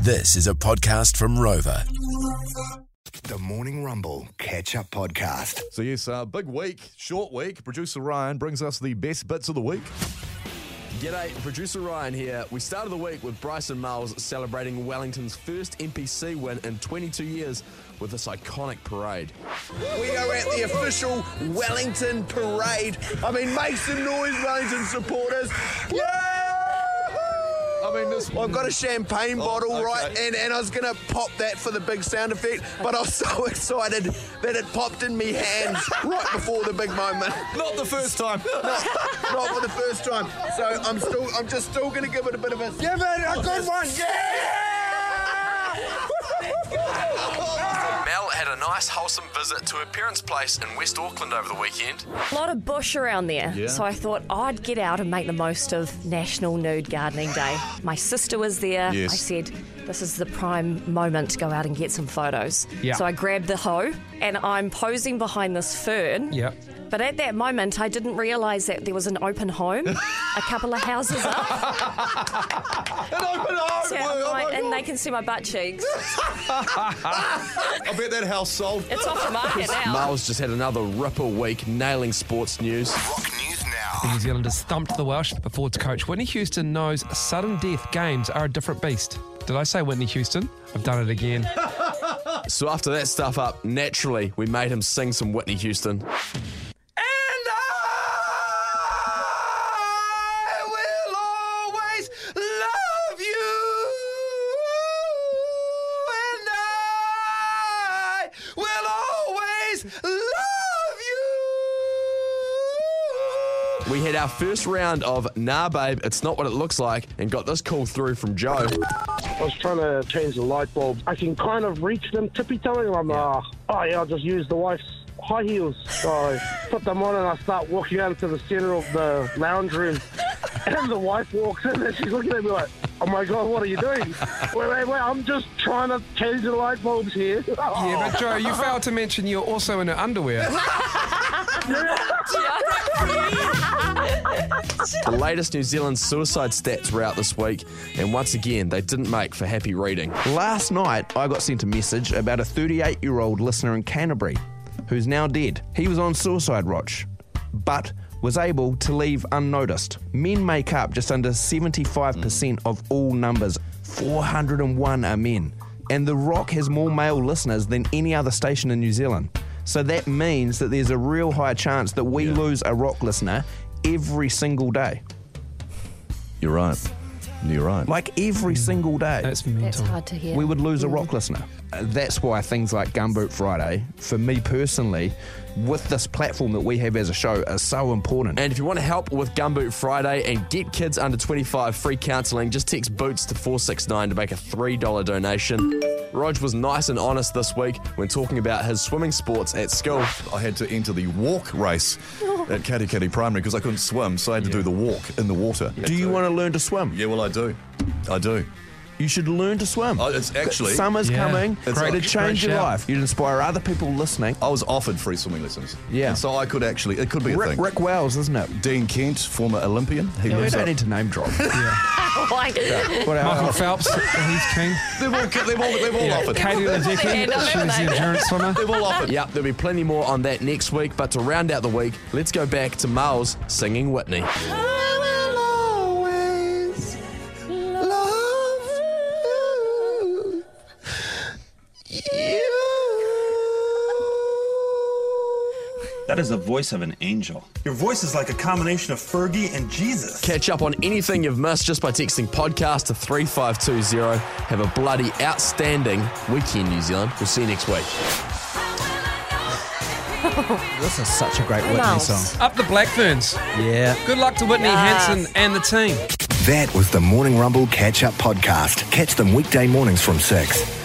This is a podcast from Rover. The Morning Rumble Catch Up Podcast. So yes, uh, big week, short week. Producer Ryan brings us the best bits of the week. G'day, producer Ryan here. We started the week with Bryson Miles celebrating Wellington's first NPC win in 22 years with this iconic parade. We are at the official Wellington parade. I mean, make some noise, Wellington supporters. I mean, this Well, I've got a champagne bottle, okay. right? And, and I was going to pop that for the big sound effect, but I was so excited that it popped in me hands right before the big moment. not the first time. Not for the first time. So I'm still, I'm just still going to give it a bit of a. Give it a good one, Mel had a nice, wholesome visit to her parents' place in West Auckland over the weekend. A lot of bush around there. Yeah. So I thought I'd get out and make the most of National Nude Gardening Day. My sister was there. Yes. I said, this is the prime moment to go out and get some photos. Yeah. So I grabbed the hoe and I'm posing behind this fern. Yep. But at that moment, I didn't realise that there was an open home, a couple of houses up, Oh so I'm Oh like- and they can see my butt cheeks. I bet that house sold. It's off the market now. Miles just had another ripper week nailing sports news. Rock News The Now. New Zealanders thumped the Welsh before coach Whitney Houston knows sudden death games are a different beast. Did I say Whitney Houston? I've done it again. So after that stuff up, naturally, we made him sing some Whitney Houston. And I will always love you. And I will always love you. We had our first round of Nah Babe, It's Not What It Looks Like, and got this call through from Joe. I was trying to change the light bulb. I can kind of reach them tippy toeing. I'm uh, oh yeah, I'll just use the wife's high heels. So I put them on and I start walking out into the center of the lounge room. And the wife walks in and she's looking at me like, oh my god, what are you doing? Wait, wait, wait, I'm just trying to change the light bulbs here. Yeah, but Joe, you failed to mention you're also in her underwear. The latest New Zealand suicide stats were out this week, and once again, they didn't make for happy reading. Last night, I got sent a message about a 38 year old listener in Canterbury who's now dead. He was on suicide watch, but was able to leave unnoticed. Men make up just under 75% of all numbers, 401 are men. And The Rock has more male listeners than any other station in New Zealand. So that means that there's a real high chance that we lose a rock listener every single day. You're right. You're right. Like every single day. That's mental. It's hard to hear. we would lose a rock listener. Uh, That's why things like Gumboot Friday, for me personally, with this platform that we have as a show, are so important. And if you want to help with Gumboot Friday and get kids under 25 free counselling, just text Boots to 469 to make a $3 donation. Rog was nice and honest this week when talking about his swimming sports at school. I had to enter the walk race at Caddy Caddy Primary because I couldn't swim, so I had to do the walk in the water. do you want to learn to swim? Yeah, well, I do. I do. You should learn to swim. I, it's actually. Summer's Yeah. coming. It's It'd great- change great your shout. life. You'd inspire other people listening. I was offered free swimming lessons. Yeah. And so I could actually. It could be a Rick, thing. Rick Wells, isn't it? Dean Kent, former Olympian. He we lives don't up- need to name drop. Like, What Michael else? Phelps, he's king. They've all, they've all, they've all offered. Katie Yeah, Ledecky, no, she's the no. endurance swimmer. They've all offered. Yep, there'll be plenty more on that next week, but to round out the week, let's go back to Miles singing Whitney. That is the voice of an angel. Your voice is like a combination of Fergie and Jesus. Catch up on anything you've missed just by texting podcast to 3520. Have a bloody outstanding weekend, New Zealand. We'll see you next week. This is such a great Whitney Miles. song. Up the Blackburns. Yeah. Good luck to Whitney Yes. Hanson and the team. That was the Morning Rumble Catch Up Podcast. Catch them weekday mornings from 6.